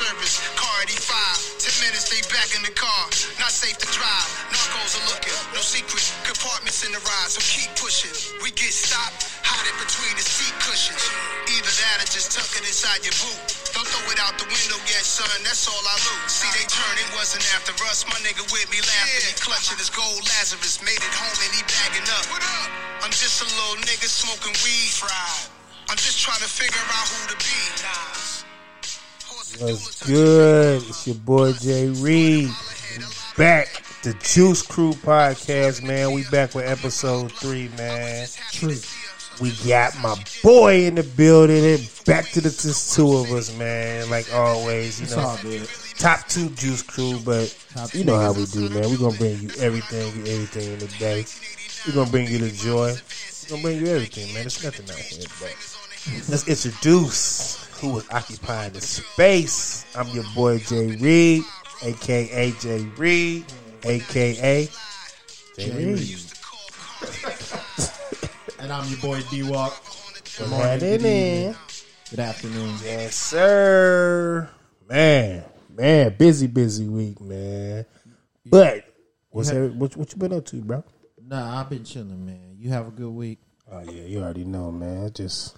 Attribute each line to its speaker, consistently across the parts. Speaker 1: Car 85, 10 minutes, they back in the car. Not safe to drive, narcos are looking. No secret, compartments in the ride, so keep pushing. We get stopped, hiding between the seat cushions. Either that or just tuck it inside your boot. Don't throw it out the window yet, son, that's all I loot. See, they turning, wasn't after us. My nigga with me laughing, he clutching his gold Lazarus. Made it home and he bagging up. What up? I'm just a little nigga smoking weed. Fried. I'm just trying to figure out who to be.
Speaker 2: What's good? It's your boy Jay Reed. Back the Juice Crew podcast, man. We back with episode three, man. We got my boy in the building. And back to the just two of us, man. Like always, you
Speaker 3: It's
Speaker 2: know.
Speaker 3: all good.
Speaker 2: Top two Juice Crew, but
Speaker 3: Top
Speaker 2: you know how we do, man. We're gonna bring you everything, you everything in the day. We're gonna bring you the joy. We're gonna bring you everything, man. There's nothing out here. But let's introduce who is occupying the space. I'm your boy Jay Reed, aka Jay Reed, aka Jay Reed.
Speaker 3: And I'm your boy D Walk. Good morning,
Speaker 2: That in
Speaker 3: good evening,
Speaker 2: it.
Speaker 3: good afternoon.
Speaker 2: Yes, sir. Man, man, busy, busy week, man. But what's every, what, what you been up to, bro?
Speaker 3: Nah, I've been chilling, man. You have a good week.
Speaker 2: Oh yeah, you already know, man. I Just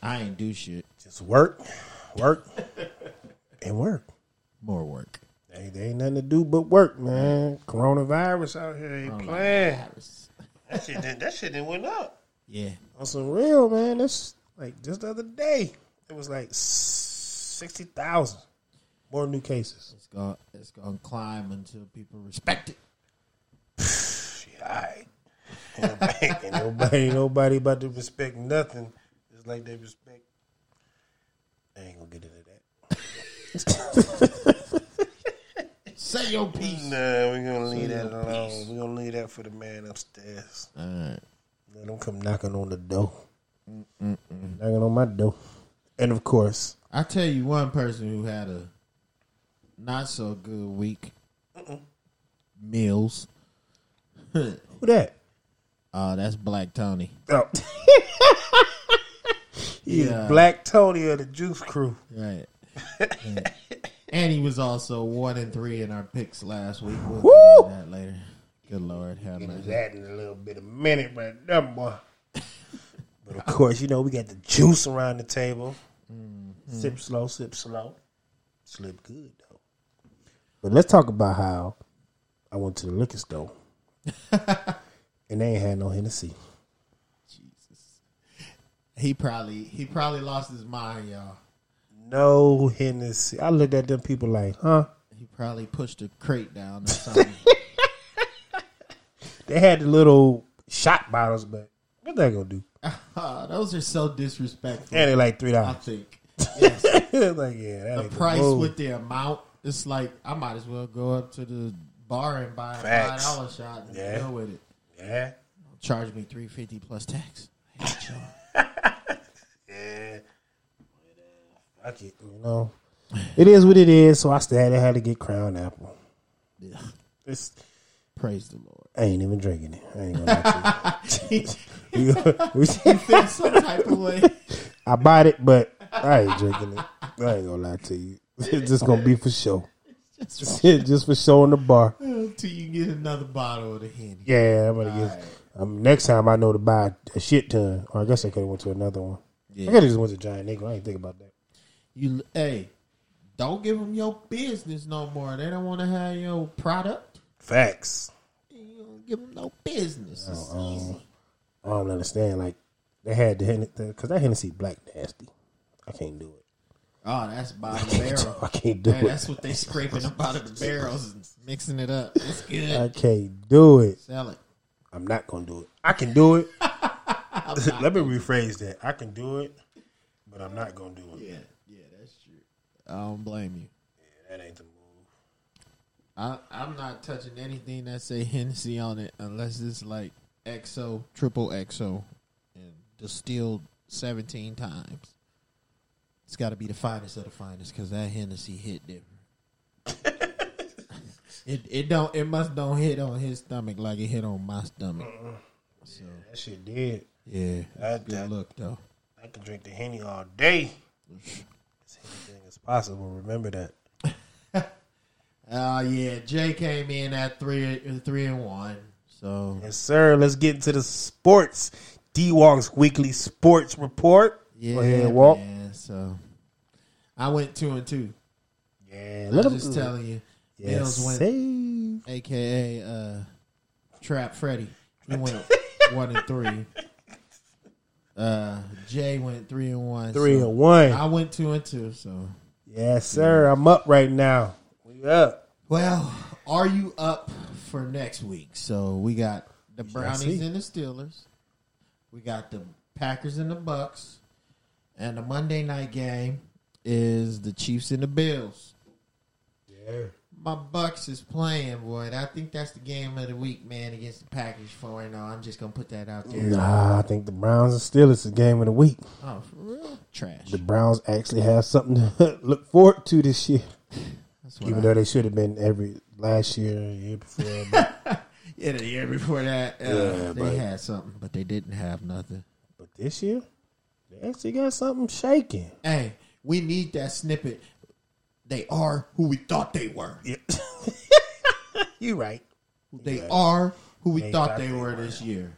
Speaker 3: I ain't do shit.
Speaker 2: just work, work, and work.
Speaker 3: More work.
Speaker 2: Ain't, there ain't nothing to do but work, man. Coronavirus out here ain't playing. That shit, didn't- that shit didn't went up.
Speaker 3: Yeah.
Speaker 2: On some real, man. That's like just the other day. It was like sixty thousand more new cases.
Speaker 3: It's gonna it's gonna climb until people respect it.
Speaker 2: Alright. ain't nobody, ain't nobody about to respect nothing. Just like they respect. I ain't gonna get into that.
Speaker 3: Say your piece.
Speaker 2: Nah, we're gonna leave that alone. We're gonna leave that for the man upstairs.
Speaker 3: All right.
Speaker 2: Let him come knocking on the door. Knocking on my door. And of course,
Speaker 3: I tell you one person who had a not so good week. Meals.
Speaker 2: who that?
Speaker 3: Uh, that's Black Tony.
Speaker 2: Oh. He's
Speaker 3: Yeah.
Speaker 2: Black Tony of the Juice Crew.
Speaker 3: Right. and he was also one and three in our picks last week. We'll
Speaker 2: Woo!
Speaker 3: get into that later. Good Lord, have mercy.
Speaker 2: That in a little bit of minute right there, boy. but of course, you know, we got the juice around the table. Sip slow, sip slow. Slip good, though. But let's talk about how I went to the liquor store and they ain't had no Hennessy.
Speaker 3: Jesus. He probably he probably lost his mind, y'all.
Speaker 2: No Hennessy. I looked at them people like, huh?
Speaker 3: He probably pushed a crate down or something.
Speaker 2: They had the little shot bottles, but what they gonna do?
Speaker 3: Ah, those are so disrespectful.
Speaker 2: And they like three
Speaker 3: I
Speaker 2: dollars.
Speaker 3: think yes, the
Speaker 2: like, yeah, that ain't
Speaker 3: price
Speaker 2: move.
Speaker 3: with the amount. It's like I might as well go up to the bar and buy a five
Speaker 2: Facts.
Speaker 3: dollar shot and
Speaker 2: Yeah.
Speaker 3: deal with it.
Speaker 2: yeah,
Speaker 3: Charge me three fifty plus tax. I hate y'all.
Speaker 2: yeah. Fuck it, you know. It is what it is. So I still had, I had to get Crown Apple.
Speaker 3: Yeah.
Speaker 2: It's
Speaker 3: Praise the Lord.
Speaker 2: I ain't even drinking it. I ain't gonna
Speaker 3: he
Speaker 2: lie to you.
Speaker 3: feels some type of way.
Speaker 2: I bought it, but I ain't drinking it. I ain't gonna lie to you. It's just gonna be for show. just for show in the bar.
Speaker 3: Until you get another bottle of the Henny.
Speaker 2: Yeah, I'm gonna get. Um, next time I know to buy a shit ton. Or I guess I could have went to another one. I could
Speaker 3: Yeah.
Speaker 2: have just went to Giant Eagle. I ain't think about that.
Speaker 3: You hey, don't give them your business no more. They don't want to have your product.
Speaker 2: Facts.
Speaker 3: You don't give them no business. It's easy.
Speaker 2: I don't understand. Like they had the because that Hennessy black nasty. I can't do it.
Speaker 3: Oh, that's bottom barrel.
Speaker 2: I can't do
Speaker 3: Hey, that's
Speaker 2: it.
Speaker 3: what they scraping up out of the barrels and mixing it up. It's
Speaker 2: I
Speaker 3: good.
Speaker 2: can't do it.
Speaker 3: Sell it.
Speaker 2: I'm not gonna do it. I can do it. Let me rephrase that. I can do it, but I'm not gonna do it.
Speaker 3: Yeah, yeah, that's true. I don't blame you.
Speaker 2: That ain't the move.
Speaker 3: I, I'm not touching anything that say Hennessy on it unless it's like XO, triple XO, and distilled 17 times. It's got to be the finest of the finest because that Hennessy hit different. it it don't it must don't hit on his stomach like it hit on my stomach. So
Speaker 2: That shit did.
Speaker 3: Uh-huh. yeah,
Speaker 2: I,
Speaker 3: good
Speaker 2: I,
Speaker 3: look though.
Speaker 2: I can drink the henny all day. As anything as possible. Remember that.
Speaker 3: Uh, yeah, Jay came in at three, three and one. So
Speaker 2: Yes, sir. Let's get into the sports. D Walk's weekly sports report.
Speaker 3: yeah,
Speaker 2: Go ahead, Walk.
Speaker 3: man, so I went two and two.
Speaker 2: Yeah,
Speaker 3: I'm just telling you,
Speaker 2: Yes,
Speaker 3: Bills went,
Speaker 2: save.
Speaker 3: aka uh, Trap Freddy. He went one and three. Uh, Jay went three and one.
Speaker 2: Three
Speaker 3: so
Speaker 2: and one.
Speaker 3: I went two and two. So
Speaker 2: Yes, sir. I'm up right now. We up.
Speaker 3: Well, are you up for next week? So we got the Brownies
Speaker 2: see.
Speaker 3: and the Steelers. We got the Packers and the Bucks. And the Monday night game is the Chiefs and the Bills.
Speaker 2: Yeah.
Speaker 3: My Bucks is playing, boy. And I think that's the game of the week, man, against the Packers for right now. I'm just gonna put that out there.
Speaker 2: Nah, I think the Browns and Steelers is game of the week.
Speaker 3: Oh, for real? Trash.
Speaker 2: The Browns actually have something to look forward to this year,
Speaker 3: That's what
Speaker 2: even
Speaker 3: I,
Speaker 2: though they should have been every last year, and the year before. But,
Speaker 3: yeah, the year before that, uh,
Speaker 2: Yeah,
Speaker 3: they
Speaker 2: but-
Speaker 3: had something, but they didn't have nothing.
Speaker 2: but this year, they actually got something shaking.
Speaker 3: Hey, we need that snippet. They are who we thought they were.
Speaker 2: You right?
Speaker 3: They are who we
Speaker 2: They
Speaker 3: thought
Speaker 2: thought
Speaker 3: they
Speaker 2: they
Speaker 3: were this year.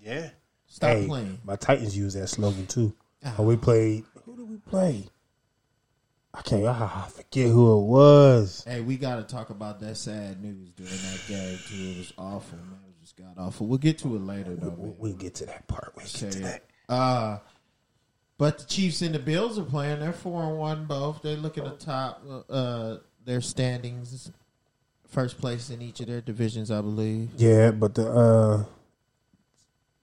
Speaker 2: Yeah.
Speaker 3: Stop
Speaker 2: hey,
Speaker 3: playing.
Speaker 2: My Titans used that slogan too. When we played, who did we play? I can't. I forget who it was.
Speaker 3: Hey, we got to talk about that sad news during that game too. It was awful, man. It just got awful. We'll get to it later though.
Speaker 2: We-
Speaker 3: Man.
Speaker 2: We'll get to that part. We'll get to
Speaker 3: Okay.
Speaker 2: that.
Speaker 3: Uh, but the Chiefs and the Bills are playing. They're four and one both. They look at the top uh, their standings, first place in each of their divisions, I believe.
Speaker 2: Yeah, but the uh,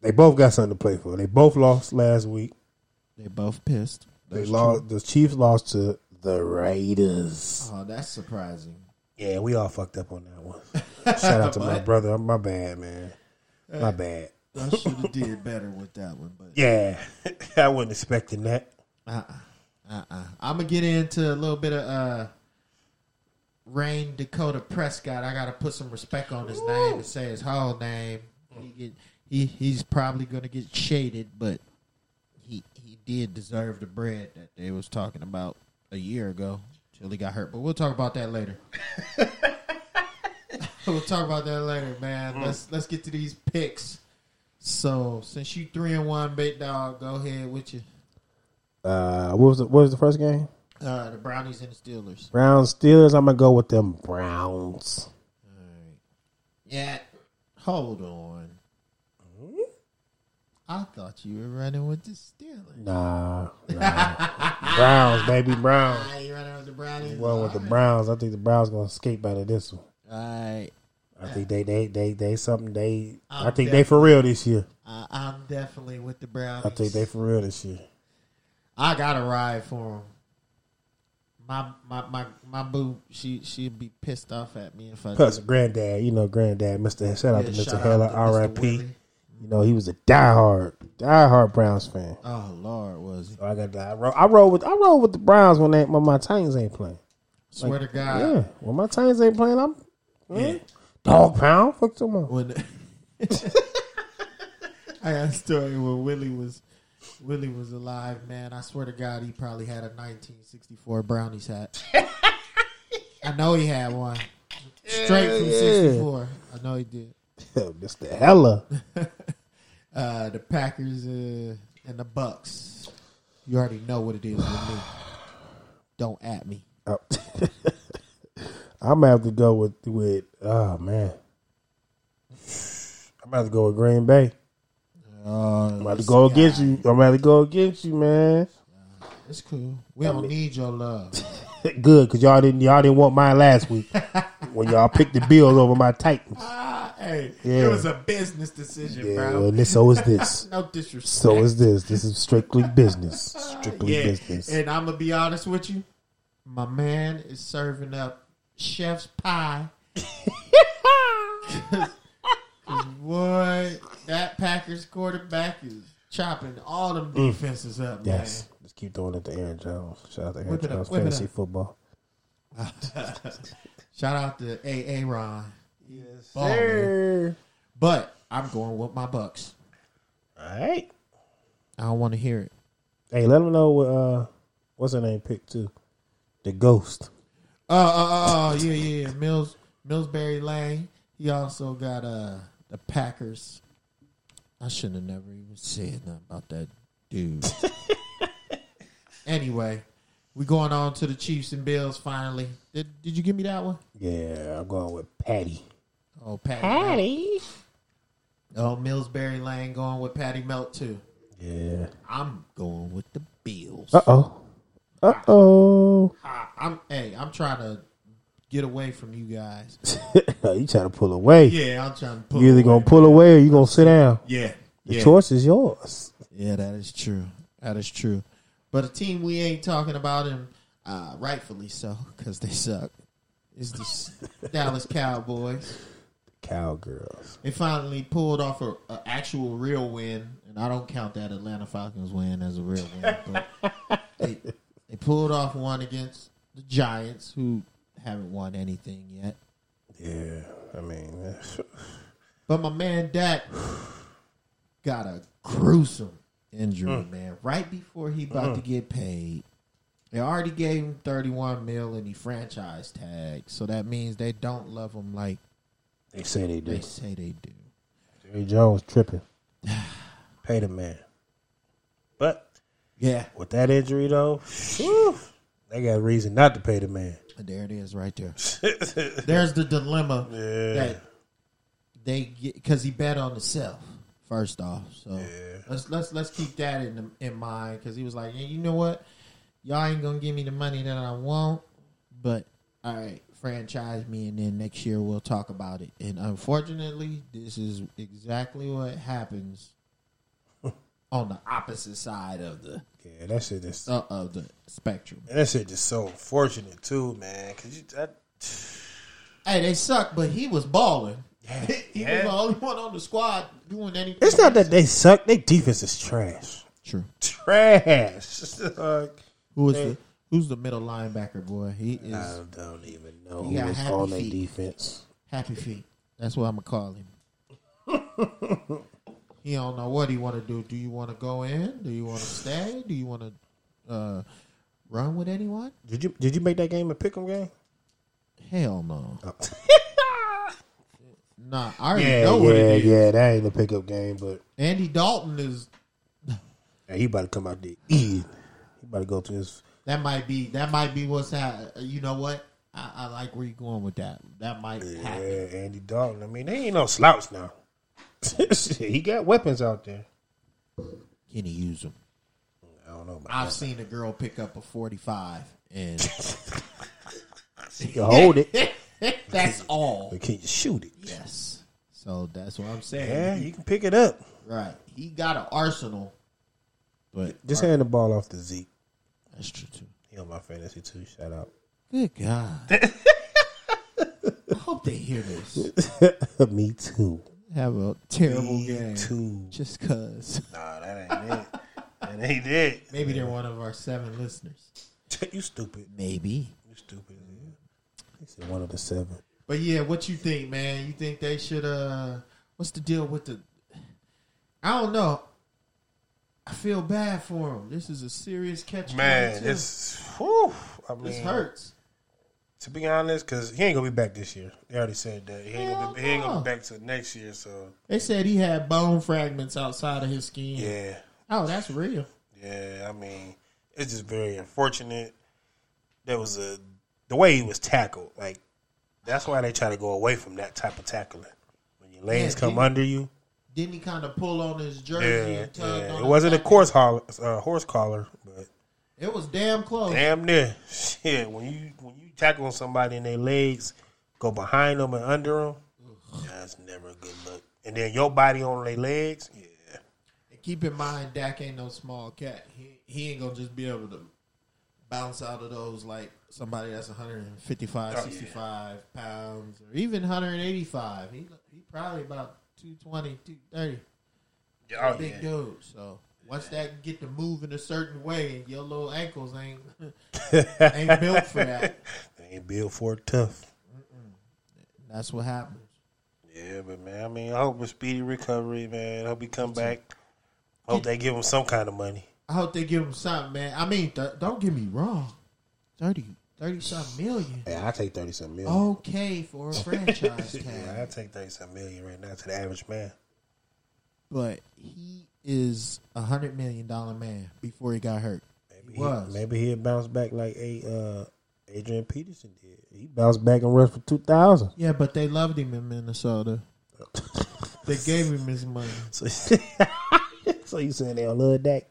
Speaker 2: they both got something to play for. They both lost last week.
Speaker 3: They're both pissed.
Speaker 2: They lost. The Chiefs lost to the Raiders.
Speaker 3: Oh, that's surprising.
Speaker 2: Yeah, we all fucked up on that one. Shout out to my
Speaker 3: But-
Speaker 2: brother. My bad, man. My bad.
Speaker 3: I should have did better with that one, but
Speaker 2: Yeah, I wasn't expecting that.
Speaker 3: uh-uh. I'm gonna get into a little bit of uh, Rain Dakota Prescott. I gotta put some respect on his name and say his whole name. He get, he he's probably gonna get shaded, but he he did deserve the bread that they was talking about a year ago till he got hurt. But we'll talk about that later. we'll talk about that later, man. Let's let's get to these picks. So since you three and one, big dog, go ahead with you.
Speaker 2: Uh, what was the, what was the first game?
Speaker 3: Uh, the Brownies and the Steelers.
Speaker 2: Browns Steelers. I'm gonna go with them Browns.
Speaker 3: Yeah. Hold on. I thought you were running with the Steelers.
Speaker 2: Nah, nah. Browns, baby Browns.
Speaker 3: Ah, you running with the Brownies?
Speaker 2: Well, with the Browns, I think the Browns gonna escape out of this one.
Speaker 3: All right.
Speaker 2: I think they they they they something they. I
Speaker 3: I'm
Speaker 2: think they for real this year.
Speaker 3: I, Uh, I'm definitely with the Brownies.
Speaker 2: I think they for real this year.
Speaker 3: I got a ride for them. My my my my boo, she she'd be pissed off at me if I.
Speaker 2: Plus, granddad, you know, granddad, Mister. Shout out
Speaker 3: Yeah,
Speaker 2: to Mister
Speaker 3: shout
Speaker 2: Heller,
Speaker 3: out to Mr.
Speaker 2: R.I.P.
Speaker 3: Willie.
Speaker 2: You know, he was a diehard, diehard Browns fan.
Speaker 3: Oh Lord, was he?
Speaker 2: So I got I roll, I roll with I roll with the Browns when they when my Titans ain't playing.
Speaker 3: Swear to God.
Speaker 2: Yeah, when my Titans ain't playing, I'm yeah. dog pound. Fuck them up.
Speaker 3: when I got a story when Willie was Willie was alive, man. I swear to God, he probably had a 1964 Brownies hat. I know he had one straight from
Speaker 2: Yeah.
Speaker 3: '64. I know he did.
Speaker 2: Mister Heller.
Speaker 3: Uh, the Packers uh, and the Bucks. You already know what it is with me. Don't at me.
Speaker 2: Oh. I'm gonna have to go with with oh man. I'm about to go with Green Bay. I'm
Speaker 3: Oh,
Speaker 2: about to go against you. I'm about to go against you, man.
Speaker 3: it's cool. We don't need your love.
Speaker 2: Good, cause y'all didn't y'all didn't want mine last week when y'all picked the Bills over my Titans.
Speaker 3: ah, hey,
Speaker 2: Yeah.
Speaker 3: it was a business decision,
Speaker 2: Yeah,
Speaker 3: bro.
Speaker 2: well, this so is this.
Speaker 3: No disrespect.
Speaker 2: So is this. This is strictly business. Strictly
Speaker 3: yeah.
Speaker 2: business.
Speaker 3: And I'm gonna be honest with you, my man is serving up chef's pie. What that Packers quarterback is chopping all them defenses up, man.
Speaker 2: Mm. yes. Just keep throwing it to Aaron Jones. Shout out to Aaron
Speaker 3: Whip it up,
Speaker 2: Jones.
Speaker 3: whip it
Speaker 2: Fantasy
Speaker 3: up.
Speaker 2: football.
Speaker 3: Shout out to A.A. Ron.
Speaker 2: Yes,
Speaker 3: Baller. But I'm going with my Bucks.
Speaker 2: All right.
Speaker 3: I don't want to hear it.
Speaker 2: Hey, let them know what uh, what's her name pick too. The ghost.
Speaker 3: Oh, oh, oh, oh, yeah, yeah, yeah. Mills, Millsbury Lane. He also got uh the Packers. I shouldn't have never even said nothing about that dude. anyway, we going on to the Chiefs and Bills finally. Did Did you give me that one?
Speaker 2: Yeah, I'm going with Patty.
Speaker 3: Oh, Patty. Patty. Oh, Millsbury Lane going with Patty Melt too.
Speaker 2: Yeah.
Speaker 3: I'm going with the Bills.
Speaker 2: Uh oh. Uh oh.
Speaker 3: I, I'm hey, I'm trying to get away from you guys.
Speaker 2: you trying to pull away.
Speaker 3: Yeah, I'm trying to pull.
Speaker 2: You either
Speaker 3: away.
Speaker 2: gonna pull away or you gonna sit down.
Speaker 3: Yeah,
Speaker 2: The
Speaker 3: yeah,
Speaker 2: choice is yours.
Speaker 3: yeah. That is true. That is true. But a team we ain't talking about, and uh, rightfully so, because they suck. Is the s- Dallas Cowboys?
Speaker 2: Cowgirls.
Speaker 3: They finally pulled off a, a actual real win, and I don't count that Atlanta Falcons win as a real win. But they, they pulled off one against the Giants, who haven't won anything yet.
Speaker 2: Yeah. I mean, that's-
Speaker 3: But my man Dak got a gruesome injury, man. Right before he about to get paid. They already gave him 31 mil and he franchise tag. So that means they don't love him like
Speaker 2: they say they
Speaker 3: they
Speaker 2: do.
Speaker 3: say they do.
Speaker 2: Jerry Jones tripping. Pay the man. But
Speaker 3: Yeah.
Speaker 2: with that injury though, whew, they got a reason not to pay the man.
Speaker 3: And there it is right there. There's the dilemma that they get because he bet on himself first off. So let's let's let's keep that in in mind because he was like, hey, you know what, y'all ain't gonna give me the money that I want, but all right, franchise me, and then next year we'll talk about it. And unfortunately, this is exactly what happens on the opposite side of the
Speaker 2: Yeah, that shit is
Speaker 3: uh, of the spectrum.
Speaker 2: and that shit just so unfortunate too, man. Cause you that
Speaker 3: Hey, they suck, but he was balling. he
Speaker 2: yeah.
Speaker 3: was the only one on the squad doing anything.
Speaker 2: It's not that they suck. Their defense is trash.
Speaker 3: true.
Speaker 2: Trash. like,
Speaker 3: Who is the who's the middle linebacker boy? He is
Speaker 2: I don't even know
Speaker 3: He
Speaker 2: who
Speaker 3: got
Speaker 2: was
Speaker 3: happy
Speaker 2: on their
Speaker 3: feet.
Speaker 2: defense.
Speaker 3: Happy Feet. That's what I'm gonna call him. he don't know what he want to do. Do you want to go in? Do you want to stay? Do you want to uh, run with anyone?
Speaker 2: Did you did you make that game a pick'em game?
Speaker 3: Hell no.
Speaker 2: Oh.
Speaker 3: nah, I already
Speaker 2: Yeah,
Speaker 3: know what
Speaker 2: yeah,
Speaker 3: it is.
Speaker 2: yeah. That ain't a pickup game, but
Speaker 3: Andy Dalton is.
Speaker 2: hey, he about to come out there eating. He about to go to his.
Speaker 3: That might be. That might be what's happening. You know what? I, I like where you going with that. That might
Speaker 2: Yeah,
Speaker 3: happen.
Speaker 2: Andy Dalton. I mean, they ain't no slouch now. he got weapons out there.
Speaker 3: Can he use them?
Speaker 2: I don't know. About
Speaker 3: I've seen a girl pick up a 45 and
Speaker 2: that. He can hold it,
Speaker 3: that's all.
Speaker 2: but can you shoot it?
Speaker 3: Yes. So that's what I'm
Speaker 2: Yeah,
Speaker 3: saying.
Speaker 2: you can pick it up.
Speaker 3: Right. He got an arsenal. But
Speaker 2: Just hand the ball off to Zeke.
Speaker 3: that's true too.
Speaker 2: He on my fantasy too. Shout out.
Speaker 3: Good God. I hope they hear this.
Speaker 2: Me too.
Speaker 3: Have a terrible
Speaker 2: Me
Speaker 3: game.
Speaker 2: too.
Speaker 3: Just cause.
Speaker 2: Nah, that ain't it. that ain't it.
Speaker 3: Maybe they're one of our seven listeners.
Speaker 2: you stupid.
Speaker 3: Maybe.
Speaker 2: You stupid. man. He said one of the seven.
Speaker 3: But yeah, what you think, man? You think they should uh what's the deal with the I don't know. I feel bad for him. This is a serious catch.
Speaker 2: Man,
Speaker 3: 22.
Speaker 2: this whew, I mean,
Speaker 3: this hurts.
Speaker 2: To be honest, because he ain't gonna be back this year. They already said that he ain't, gonna be, he ain't gonna be back till next year. So
Speaker 3: They said he had bone fragments outside of his skin.
Speaker 2: yeah,
Speaker 3: Oh, that's real.
Speaker 2: yeah. I mean, it's just very unfortunate. There was a the way he was tackled. Like that's why they try to go away from that type of tackling. When your legs
Speaker 3: Yeah,
Speaker 2: come
Speaker 3: he-
Speaker 2: under you,
Speaker 3: Didn't he kind of pull on his jersey
Speaker 2: yeah,
Speaker 3: and tug
Speaker 2: yeah.
Speaker 3: on
Speaker 2: It wasn't a
Speaker 3: back?
Speaker 2: course haul, uh, horse collar, but
Speaker 3: It was damn close.
Speaker 2: Damn near. Shit, when you when you tackle somebody and their legs go behind them and under them, that's never a good look. And then your body on their legs, yeah.
Speaker 3: Keep in mind, Dak ain't no small cat. He he ain't gonna just be able to bounce out of those like somebody that's 155,
Speaker 2: Oh, yeah.
Speaker 3: 65 pounds, or even 185. He he probably about 220, 230.
Speaker 2: Oh
Speaker 3: big
Speaker 2: yeah.
Speaker 3: dude. So once that get to move in a certain way, your little ankles ain't ain't built for that.
Speaker 2: They ain't built for it tough.
Speaker 3: That's what happens.
Speaker 2: Yeah, but man, I mean, I hope a speedy recovery, man. I hope he come back. I hope they give him some kind of money.
Speaker 3: I hope they give him something, man. I mean, th- don't get me wrong. 30, Thirty something million.
Speaker 2: Yeah, I take thirty something million.
Speaker 3: Oh, Okay for a franchise tag,
Speaker 2: yeah, I take thirty something million right now to the average man.
Speaker 3: but he is a hundred million dollar man before he got hurt.
Speaker 2: Maybe
Speaker 3: He was.
Speaker 2: He, maybe he'll bounce back like a uh, Adrian Peterson did. He bounced back and rushed for two thousand.
Speaker 3: Yeah, but they loved him in Minnesota. they gave him his money.
Speaker 2: So, so you saying they don't love Dak?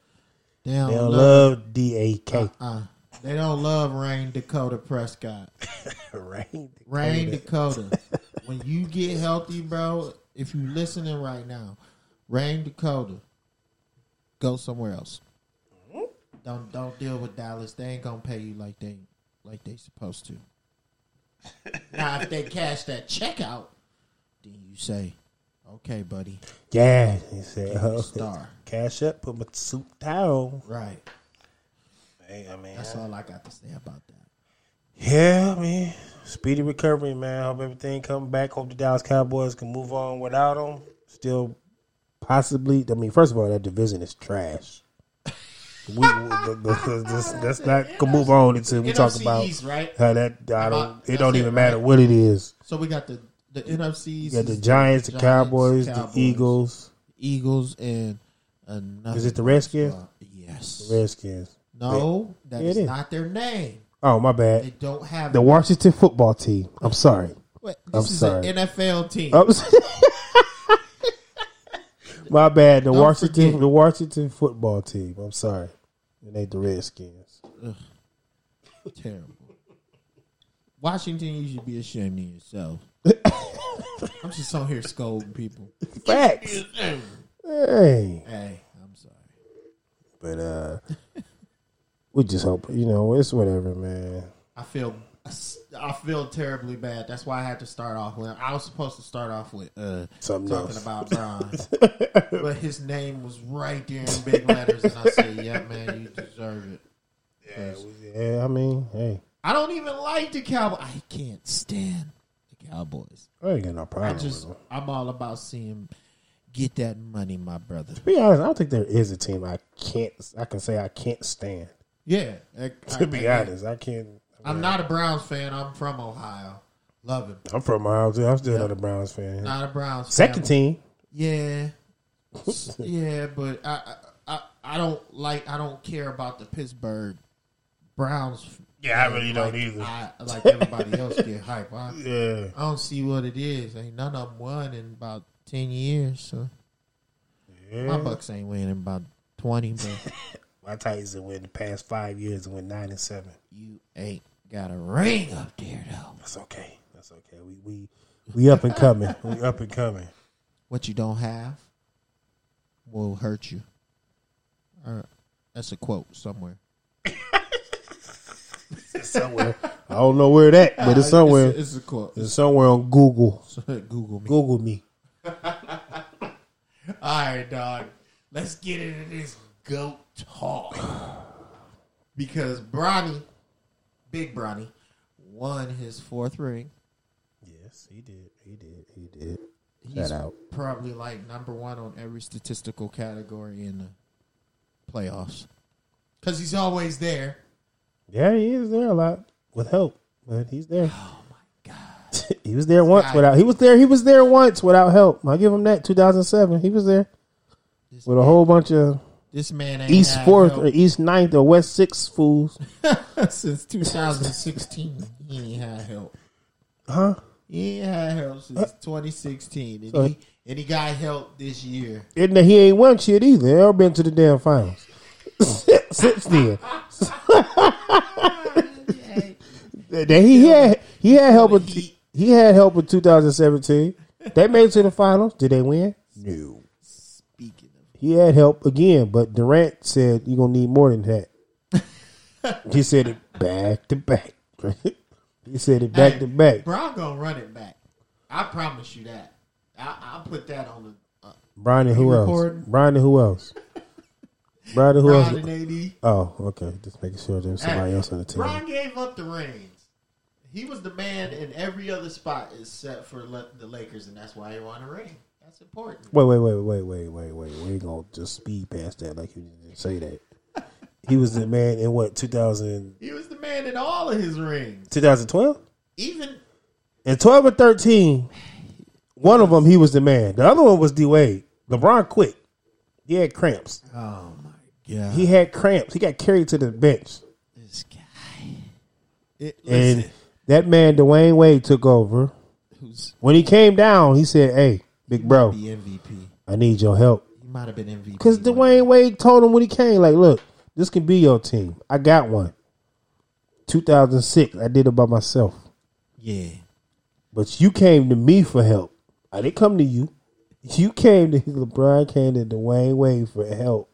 Speaker 3: They don't,
Speaker 2: They don't
Speaker 3: love.
Speaker 2: love D A K.
Speaker 3: Uh, they don't love Rain Dakota Prescott.
Speaker 2: Right?
Speaker 3: uh, Rain Dakota. when you get healthy, bro, if you listening right now, Rain Dakota, go somewhere else. Don't don't deal with Dallas. They ain't gonna pay you like they like they supposed to. now if they cash that check out, then you say, Okay, buddy,
Speaker 2: Yeah, he said. huh?
Speaker 3: star.
Speaker 2: Cash up, put my suit down.
Speaker 3: Right.
Speaker 2: Hey, I mean,
Speaker 3: That's all I got to say about that.
Speaker 2: yeah, I mean, speedy recovery, man. Hope everything come back. Hope the Dallas Cowboys can move on without him. Still, possibly. I mean, first of all, that division is trash. We, the- the- the- that's not can move on until we talk
Speaker 3: NFC
Speaker 2: about
Speaker 3: East, right?
Speaker 2: how that I
Speaker 3: About-
Speaker 2: don't. It
Speaker 3: that's
Speaker 2: don't
Speaker 3: it,
Speaker 2: even
Speaker 3: right?
Speaker 2: matter what it is.
Speaker 3: So we got the the NFCs,
Speaker 2: You got the Giants, the
Speaker 3: Giants,
Speaker 2: Cowboys,
Speaker 3: Cowboys.
Speaker 2: the Eagles.
Speaker 3: Eagles, and another.
Speaker 2: Is it the Redskins?
Speaker 3: squad. Yes.
Speaker 2: Redskins.
Speaker 3: No, that
Speaker 2: It
Speaker 3: is
Speaker 2: is.
Speaker 3: not their name.
Speaker 2: Oh my
Speaker 3: They
Speaker 2: bad.
Speaker 3: don't have
Speaker 2: The
Speaker 3: it.
Speaker 2: Washington football team. I'm sorry.
Speaker 3: Wait, this
Speaker 2: I'm
Speaker 3: is
Speaker 2: sorry. Oh.
Speaker 3: an NFL team.
Speaker 2: I'm s- My bad. The
Speaker 3: Don't
Speaker 2: Washington,
Speaker 3: forget.
Speaker 2: the Washington football team. I'm sorry. It ain't the Redskins.
Speaker 3: Terrible. Washington, you should be ashamed of yourself. I'm just on here scolding people.
Speaker 2: Facts. hey,
Speaker 3: Hey, I'm sorry.
Speaker 2: but uh, we just hope you know it's whatever, man.
Speaker 3: I feel I feel terribly bad. That's why I had to start off with. I was supposed to start off with uh,
Speaker 2: Something
Speaker 3: talking
Speaker 2: else.
Speaker 3: about Brian, but his name was right there in big letters, and I said, "Yeah, man, you deserve it."
Speaker 2: Yeah, I mean, hey,
Speaker 3: I don't even like the Cowboys. I can't stand the Cowboys.
Speaker 2: I ain't got no
Speaker 3: I
Speaker 2: problem.
Speaker 3: just,
Speaker 2: with them.
Speaker 3: I'm all about seeing get that money, my brother.
Speaker 2: To be honest, I don't think there is a team I can't. I can say I can't stand.
Speaker 3: Yeah. I-
Speaker 2: To be
Speaker 3: I-
Speaker 2: honest, I can't.
Speaker 3: I'm not a Browns fan. I'm from Ohio. Love it.
Speaker 2: I'm from Ohio. too. I'm still not a Browns fan.
Speaker 3: Not a Browns fan.
Speaker 2: Second team.
Speaker 3: Yeah. yeah, but I, I, I, I don't like. I don't care about the Pittsburgh Browns.
Speaker 2: Yeah, I really don't
Speaker 3: like,
Speaker 2: either.
Speaker 3: I, like everybody else, get hype. I,
Speaker 2: Yeah.
Speaker 3: I don't see what it is. Ain't none of them won in about ten years. So my
Speaker 2: Yeah.
Speaker 3: Bucks ain't winning about twenty, but
Speaker 2: My Titans have win the past five years and win nine and seven.
Speaker 3: you ain't got a ring up there though.
Speaker 2: That's okay. That's okay. We we we up and coming. we up and coming.
Speaker 3: What you don't have will hurt you. Uh, that's a quote somewhere.
Speaker 2: It's somewhere. I don't know where that, but it's somewhere.
Speaker 3: Uh, It's a,
Speaker 2: It's,
Speaker 3: it's a quote.
Speaker 2: somewhere on Google.
Speaker 3: Google me.
Speaker 2: Google me.
Speaker 3: All right, dog. Let's get into this goat talk. Because Bronny, Big Bronny, won his fourth ring.
Speaker 2: Yes, he did. He did. He did.
Speaker 3: He's
Speaker 2: Shout out.
Speaker 3: probably like number one on every statistical category in the playoffs. Because he's always there.
Speaker 2: Yeah, he is there a lot with help, but he's there. Oh my god. he was there once without. He was there. He was there once without help. I give him that. Two thousand seven. He was there
Speaker 3: This,
Speaker 2: with a whole bunch of
Speaker 3: this man ain't
Speaker 2: East
Speaker 3: had
Speaker 2: fourth or
Speaker 3: help
Speaker 2: East ninth or West sixth fools.
Speaker 3: since 2016. he ain't had help.
Speaker 2: Huh?
Speaker 3: He ain't had help since 2016. And,
Speaker 2: So-
Speaker 3: he, and he got help this year.
Speaker 2: And he ain't won shit either. They all been to the damn finals since then. That he had he had help with
Speaker 3: Heat.
Speaker 2: he had help in 2017. They made it to the finals. Did they win? No.
Speaker 3: Speaking of
Speaker 2: He had help again, but Durant said you're gonna need more than that. he said it back to back. he said it back
Speaker 3: Hey,
Speaker 2: to back.
Speaker 3: Brown gonna run it back. I promise you that. I, I'll put that on the uh,
Speaker 2: Brian and who
Speaker 3: recording?
Speaker 2: else? Brian and who else? Brian and who
Speaker 3: Brown
Speaker 2: else?
Speaker 3: and AD.
Speaker 2: Oh, okay. Just making sure there's somebody
Speaker 3: Hey,
Speaker 2: else on the team.
Speaker 3: Brown gave up the reins. He was the man in every other spot except for le- the Lakers, and that's why he won a ring. That's important.
Speaker 2: Wait, wait, wait, wait, wait, wait, wait. We ain't gonna just speed past that like you didn't say that. He was the man in what 2000,
Speaker 3: He was the man in all of his rings.
Speaker 2: 2012?
Speaker 3: Even
Speaker 2: In 12 or 13, one of them he was the man. The other one was D Wade. LeBron quit. He had cramps.
Speaker 3: oh my god,
Speaker 2: He had cramps. He got carried to the bench.
Speaker 3: this guy. It,
Speaker 2: And
Speaker 3: listen,
Speaker 2: that man, Dwayne Wade, took over.
Speaker 3: who's
Speaker 2: When he came down, he said, Hey, big bro,
Speaker 3: the MVP?
Speaker 2: I need your help.
Speaker 3: He might have been MVP
Speaker 2: Because Dwayne Wade told him when he came, like, look, this can be your team. I got one. 2006, I did it by myself.
Speaker 3: Yeah,
Speaker 2: But you came to me for help. I didn't come to you. You came to LeBron, came to Dwayne Wade for help.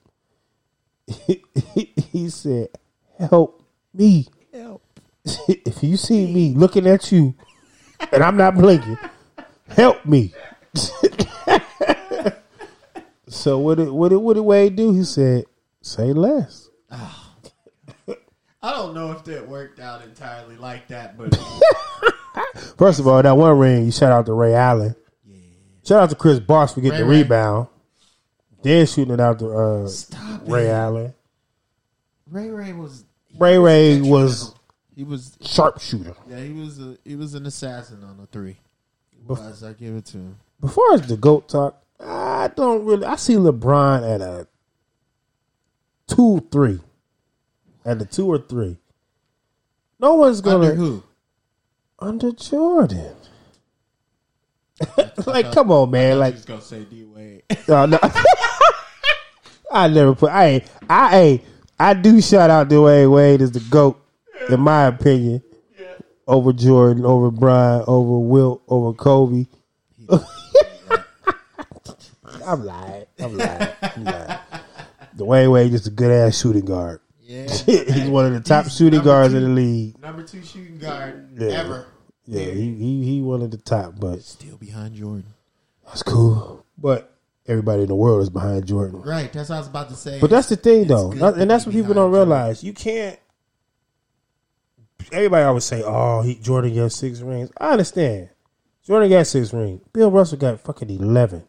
Speaker 2: he said, help me.
Speaker 3: help.
Speaker 2: if you see me looking at you and I'm not blinking, help me. so what did what did what did Wade do? He said, "Say less."
Speaker 3: I don't know if that worked out entirely like that, but
Speaker 2: First of all, that one ring you shout out to Ray Allen. Shout out to Chris Bosh for getting
Speaker 3: Ray
Speaker 2: the
Speaker 3: Ray.
Speaker 2: rebound. Then shooting it out to uh,
Speaker 3: Stop it.
Speaker 2: Ray Allen.
Speaker 3: Ray Ray was
Speaker 2: Ray Ray was
Speaker 3: he was
Speaker 2: sharpshooter.
Speaker 3: yeah he was a, he was an assassin on the three. He was, I give it to him.
Speaker 2: Before as the goat talk, I don't really. I see LeBron at a two, three, at the two or three. No one's gonna
Speaker 3: Under who?
Speaker 2: Under Jordan. like, come on, man! Like,
Speaker 3: He's gonna say D Wade.
Speaker 2: no, Uh, no. I never put. I ain't. I ain't. I do shout out Dwayne Wade as the goat, in my opinion. Over Jordan, over Brian, over Wilt, over Kobe. I'm lying. I'm lying. I'm lying. Dwayne Wade is a good ass shooting guard.
Speaker 3: Yeah,
Speaker 2: He's one of the top shooting
Speaker 3: number
Speaker 2: guards
Speaker 3: two.
Speaker 2: in the league.
Speaker 3: number two shooting guard
Speaker 2: Yeah.
Speaker 3: ever.
Speaker 2: Yeah, he, he he one of the top, but
Speaker 3: Still behind Jordan.
Speaker 2: That's cool. But everybody in the world is behind Jordan.
Speaker 3: Right, that's what I was about to say.
Speaker 2: But that's the thing, though,
Speaker 3: good
Speaker 2: Not-
Speaker 3: to
Speaker 2: and that's
Speaker 3: be
Speaker 2: what people
Speaker 3: behind
Speaker 2: don't realize. You can't. Everybody always say, "Oh, he, Jordan got six rings." I understand. Jordan got six rings. Bill Russell got fucking eleven.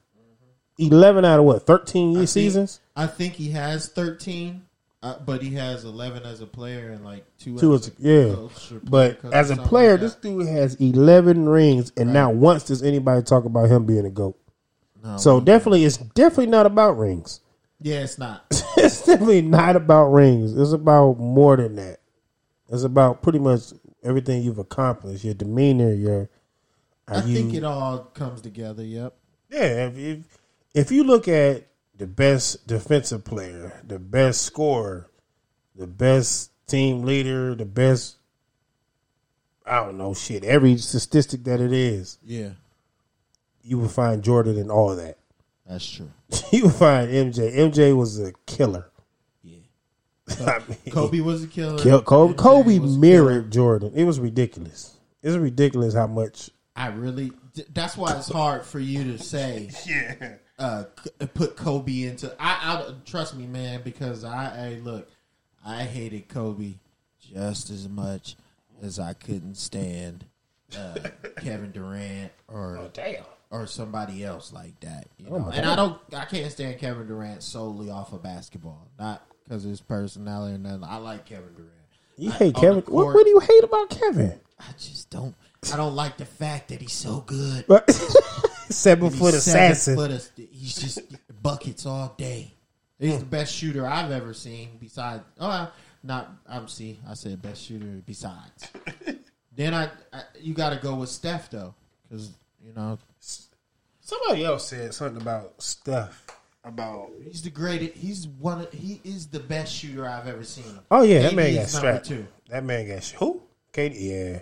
Speaker 2: Eleven out of what? Thirteen year
Speaker 3: I think-
Speaker 2: seasons.
Speaker 3: I think he has thirteen, uh, but he has eleven as a player and like two,
Speaker 2: Two
Speaker 3: as
Speaker 2: is
Speaker 3: a
Speaker 2: yeah.
Speaker 3: coach or
Speaker 2: But
Speaker 3: player coach
Speaker 2: as
Speaker 3: or
Speaker 2: a
Speaker 3: something
Speaker 2: player,
Speaker 3: like
Speaker 2: this
Speaker 3: that.
Speaker 2: dude has eleven rings, and not once does anybody talk about him being a goat.
Speaker 3: No.
Speaker 2: So definitely, it's definitely not about rings.
Speaker 3: yeah, it's not.
Speaker 2: it's definitely not about rings. It's about more than that. It's about pretty much everything you've accomplished, your demeanor, your. Are
Speaker 3: I
Speaker 2: you,
Speaker 3: think it all comes together. Yep.
Speaker 2: yeah, if, if if you look at the best defensive player, the best scorer, the best team leader, the best. I don't know shit. Every statistic that it is,
Speaker 3: Yeah,
Speaker 2: you will find Jordan in all that.
Speaker 3: that's true.
Speaker 2: You will find MJ. MJ was a killer.
Speaker 3: Yeah.
Speaker 2: I mean-
Speaker 3: Kobe was a killer.
Speaker 2: Kill Kobe.
Speaker 3: MJ
Speaker 2: Kobe
Speaker 3: was a
Speaker 2: mirrored Jordan. It was ridiculous. It's ridiculous how much.
Speaker 3: I really. th- That's why it's hard for you to say.
Speaker 2: Yeah.
Speaker 3: Uh, c- put Kobe into. I, I trust me, man, because I, I look. I hated Kobe just as much as I couldn't stand uh, Kevin Durant or
Speaker 2: Damn.
Speaker 3: or somebody else like that. You know? and I don't. I can't stand Kevin Durant solely off of basketball, not because of his personality or nothing. I like Kevin Durant.
Speaker 2: You
Speaker 3: I-
Speaker 2: hate
Speaker 3: on
Speaker 2: Kevin.
Speaker 3: the
Speaker 2: What,
Speaker 3: court-
Speaker 2: what do you hate about Kevin?
Speaker 3: I just don't. I don't like the fact that he's so good.
Speaker 2: What? Seven
Speaker 3: He's
Speaker 2: foot
Speaker 3: seven
Speaker 2: assassin.
Speaker 3: foot ass- he's just buckets all day. He's the best shooter I've ever seen. Besides, oh, I- not I'm see. I said best shooter. Besides, then I, I you got to go with Steph though, because you know
Speaker 2: Somebody else said something about stuff. About
Speaker 3: he's the greatest. He's one. Of, he is the best shooter I've ever seen.
Speaker 2: oh yeah, that
Speaker 3: KD
Speaker 2: man got
Speaker 3: is number
Speaker 2: strapped.
Speaker 3: two.
Speaker 2: That man got sh- who? Katie. Yeah.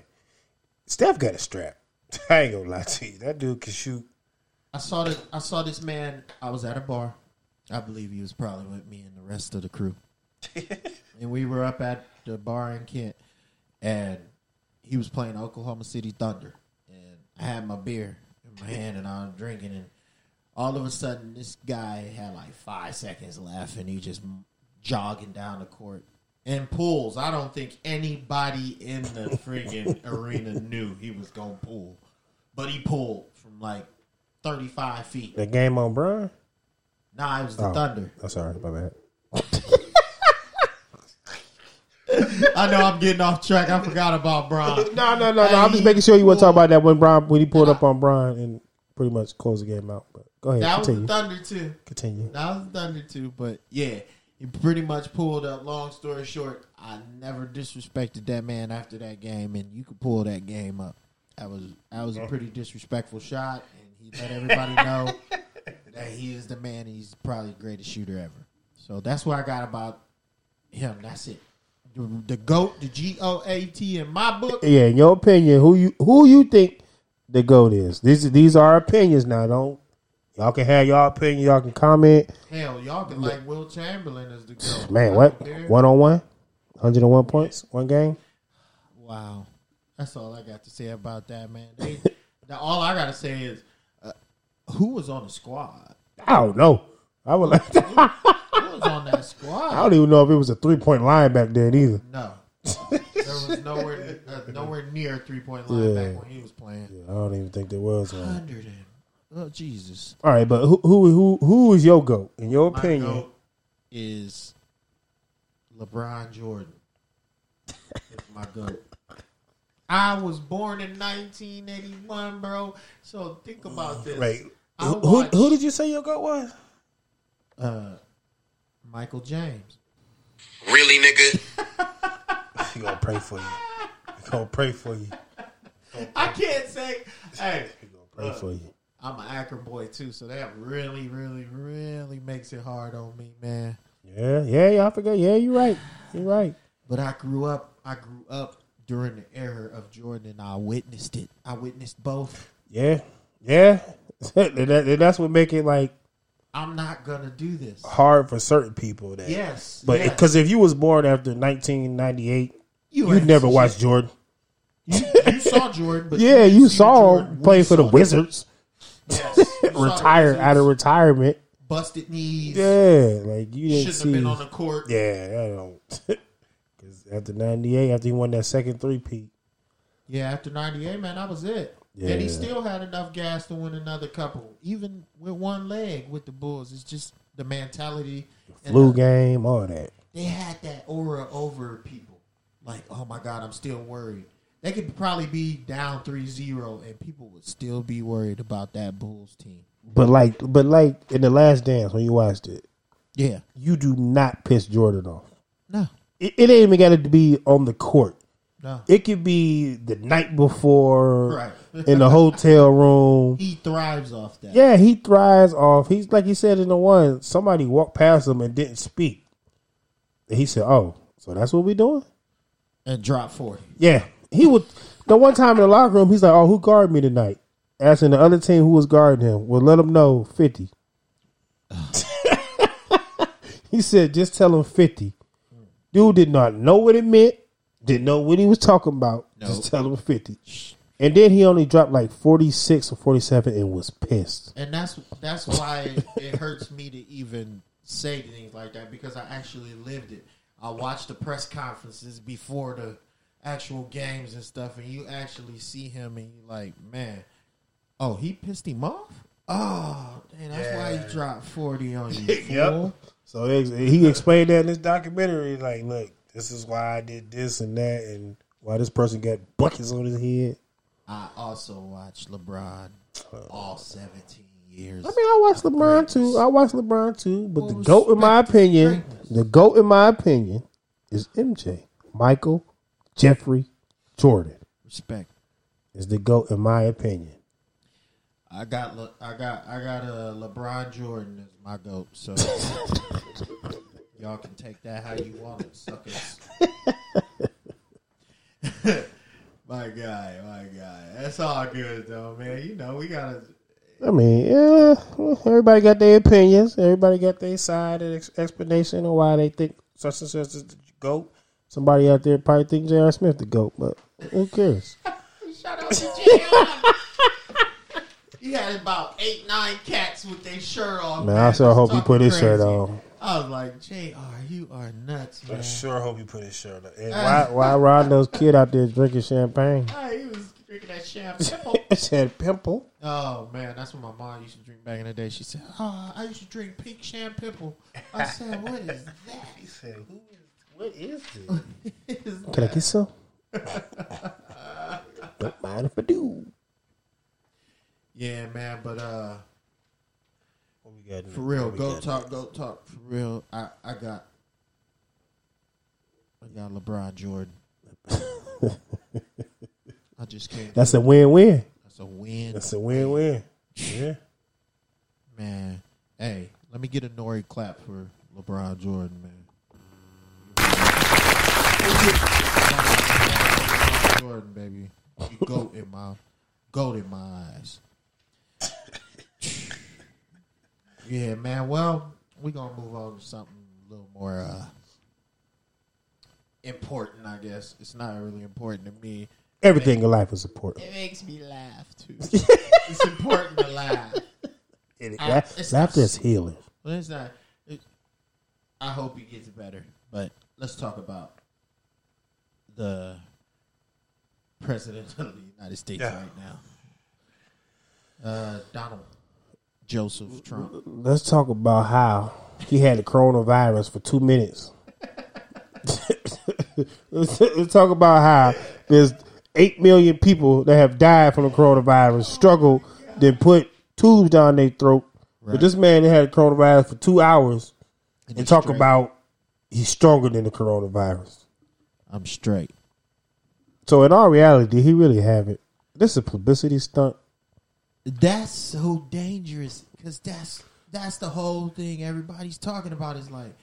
Speaker 2: Steph got a strap. I ain't gonna lie to you. That dude can shoot.
Speaker 3: I saw this. I saw this man. I was at a bar. I believe he was probably with me and the rest of the crew. and we were up at the bar in Kent, and he was playing Oklahoma City Thunder. And I had my beer in my hand, and I was drinking. And all of a sudden, this guy had like five seconds left, and he just jogging down the court and pulls. I don't think anybody in the friggin' arena knew he was gonna pull, but he pulled from like thirty-five feet.
Speaker 2: The game on Brian.
Speaker 3: Nah, it was the
Speaker 2: Oh.
Speaker 3: Thunder.
Speaker 2: I'm sorry, my bad.
Speaker 3: I know I'm getting off track. I forgot about Brian.
Speaker 2: No, no, no, no. I'm just making sure you want to talk about that when Brian when he pulled up on Brian and pretty much closed the game out. But go ahead,
Speaker 3: That was
Speaker 2: continue.
Speaker 3: the Thunder too.
Speaker 2: continue.
Speaker 3: That was the Thunder too. But yeah, he pretty much pulled up. Long story short, I never disrespected that man after that game, and you could pull that game up. That was that was a pretty disrespectful shot, and he let everybody know that he is the man. and He's probably the greatest shooter ever. So that's what I got about him. That's it. The, the goat, the G O A T, in my book.
Speaker 2: Yeah, in your opinion, who you who you think the goat is? These these are opinions now. Don't y'all can have y'all opinion. Y'all can comment.
Speaker 3: Hell, y'all can like Will Chamberlain as the goat.
Speaker 2: Man,
Speaker 3: I
Speaker 2: what
Speaker 3: don't care.
Speaker 2: one on one, hundred and one points, one game.
Speaker 3: Wow, that's all I got to say about that, man. They, now all I gotta say is, uh, who was on the squad?
Speaker 2: I don't know. I would like. I
Speaker 3: Who was on that squad?
Speaker 2: don't even know if it was a three point line back then either.
Speaker 3: no, there was nowhere uh, nowhere near three point line
Speaker 2: Yeah.
Speaker 3: back when he was playing.
Speaker 2: I don't even think there was one.
Speaker 3: Hundred and oh Jesus,
Speaker 2: All right, but who who who who is your goat in your
Speaker 3: my
Speaker 2: opinion?
Speaker 3: goat is LeBron Jordan. That's my goat. I was born in 1981, bro. So think about this.
Speaker 2: Right.
Speaker 3: I
Speaker 2: Who, who
Speaker 3: watched-
Speaker 2: who did you say your goat was?
Speaker 3: uh, Michael James.
Speaker 1: Really, nigga?
Speaker 2: He gonna pray for you. He gonna pray for you.
Speaker 3: I can't say. Hey,
Speaker 2: He gonna pray for you.
Speaker 3: I'm an Akron boy too, so that really, really, really makes it hard on me, man.
Speaker 2: Yeah, yeah, yeah. I forgot. Yeah, you're right. You're right.
Speaker 3: But I grew up. I grew up during the era of Jordan, and I witnessed it. I witnessed both.
Speaker 2: Yeah, yeah. and, that, and that's what make it like
Speaker 3: I'm not gonna do this.
Speaker 2: hard for certain people. That
Speaker 3: Yes,
Speaker 2: but
Speaker 3: yes.
Speaker 2: because if you was born after 1998,
Speaker 3: You
Speaker 2: you
Speaker 3: ain't
Speaker 2: would never
Speaker 3: shit.
Speaker 2: watched Jordan.
Speaker 3: you, you saw Jordan, but
Speaker 2: Yeah,
Speaker 3: didn't
Speaker 2: you
Speaker 3: see
Speaker 2: saw
Speaker 3: Jordan
Speaker 2: him
Speaker 3: when
Speaker 2: play
Speaker 3: you
Speaker 2: for the
Speaker 3: saw
Speaker 2: Wizards,
Speaker 3: Yes, you saw the
Speaker 2: retired
Speaker 3: Wizards,
Speaker 2: out of retirement.
Speaker 3: busted knees.
Speaker 2: Yeah, like you didn't
Speaker 3: shouldn't
Speaker 2: see.
Speaker 3: have been on the court.
Speaker 2: yeah, I don't. Because after 98, after he won that second three peat,
Speaker 3: Yeah, after '98, man, that was it. And he
Speaker 2: Yeah.
Speaker 3: still had enough gas to win another couple, even with one leg with the Bulls. It's just the mentality. and
Speaker 2: flu
Speaker 3: the-
Speaker 2: game, all that.
Speaker 3: They had that aura over people. Like, oh my God, I'm still worried. They could probably be down 3-0, and people would still be worried about that Bulls team.
Speaker 2: But like, but like in the last dance when you watched it,
Speaker 3: Yeah,
Speaker 2: you do not piss Jordan off.
Speaker 3: no,
Speaker 2: It, it ain't even got to be on the court.
Speaker 3: no.
Speaker 2: It could be the night before,
Speaker 3: Right.
Speaker 2: in the hotel room.
Speaker 3: He thrives off that.
Speaker 2: Yeah, he thrives off. He's like he said in the one. Somebody walked past him and didn't speak. And he said, "Oh, so that's what we doing."
Speaker 3: and drop forty.
Speaker 2: Yeah, he would. The one time in the locker room, he's like, "Oh, who guarded me tonight?" Asking the other team who was guarding him. Well, let him know fifty. he said, "Just tell him 50. Dude did not know what it meant. Didn't know what he was talking about.
Speaker 3: Nope.
Speaker 2: Just tell him fifty. And then he only dropped like forty six or forty seven and was pissed.
Speaker 3: and that's that's why it hurts me to even say things like that because I actually lived it. I watched the press conferences before the actual games and stuff, and you actually see him, and you like, man, oh, he pissed him off. Oh, man, that's why he dropped forty on you. fool.
Speaker 2: So ex- he explained that in this documentary. Like, look, this is why I did this and that, and why this person got buckets on his head.
Speaker 3: I also watched LeBron all seventeen years.
Speaker 2: I mean, I watched LeBron too. I watched LeBron too. But the goat, in my
Speaker 3: respect
Speaker 2: opinion,
Speaker 3: greatness.
Speaker 2: the goat, in my opinion, is MJ, Michael, Jeffrey, Jordan.
Speaker 3: Respect.
Speaker 2: Is the goat, in my opinion.
Speaker 3: I got Le- I got I got uh, LeBron Jordan as my goat, so y'all can take that how you want it, suckers. my guy, my guy, that's all good though, man. You know we gotta.
Speaker 2: I mean, yeah, everybody got their opinions. Everybody got their side and ex- explanation on why they think such and such is the goat. Somebody out there probably think J.R. Smith the goat, but who cares?
Speaker 3: Shout out to Jalen. he had about eight nine cats with their shirt on.
Speaker 2: Man, I sure
Speaker 3: Just
Speaker 2: hope he
Speaker 3: talking
Speaker 2: put his shirt
Speaker 3: crazy.
Speaker 2: on.
Speaker 3: I was like, Jr, you are nuts, man.
Speaker 2: sure hope he put his shirt on. And why, why Rondo's kid out there drinking champagne?
Speaker 3: Ah, he was drinking that champagne.
Speaker 2: It's had pimple.
Speaker 3: Oh man, that's what my mom used to drink back in the day. She said, "Ah, "Oh, I used to drink pink sham pimple." I said, "What is that?"
Speaker 2: He said, "Who is What is this?
Speaker 3: It's
Speaker 2: Can I get some? Don't mind if I do.
Speaker 3: Yeah, man, but uh,
Speaker 2: What we got
Speaker 3: for real, go talk, go talk. For real, I, I got, I got LeBron Jordan. I just can't.
Speaker 2: That's a win-win.
Speaker 3: That's a win,
Speaker 2: That's a win-win. Yeah.
Speaker 3: man. Hey, let me get a Nori clap for LeBron Jordan, man. Jordan, baby, you goat in my, goat in my eyes. Yeah, man. Well, we gonna move on to something a little more uh, important, I guess. It's not really important to me.
Speaker 2: Everything in life is important.
Speaker 3: It makes me laugh too. it's important to laugh.
Speaker 2: It,
Speaker 3: I-
Speaker 2: la-
Speaker 3: it's-
Speaker 2: laughter is healing.
Speaker 3: Well, it's not. It, I hope he gets better. But let's talk about the president of the United States
Speaker 2: Yeah.
Speaker 3: right now, uh, Donald Joseph Trump.
Speaker 2: Let's talk about how he had the coronavirus for two minutes. let's, let's talk about how there's eight million people that have died from the coronavirus, struggled, then put tubes down their throat. But
Speaker 3: Right.
Speaker 2: this man that had the coronavirus for two hours and,
Speaker 3: he's
Speaker 2: talk
Speaker 3: straight.
Speaker 2: about he's stronger than the coronavirus.
Speaker 3: I'm straight.
Speaker 2: So in all reality, he really have it. This is a publicity stunt.
Speaker 3: That's so dangerous because that's that's the whole thing everybody's talking about is like,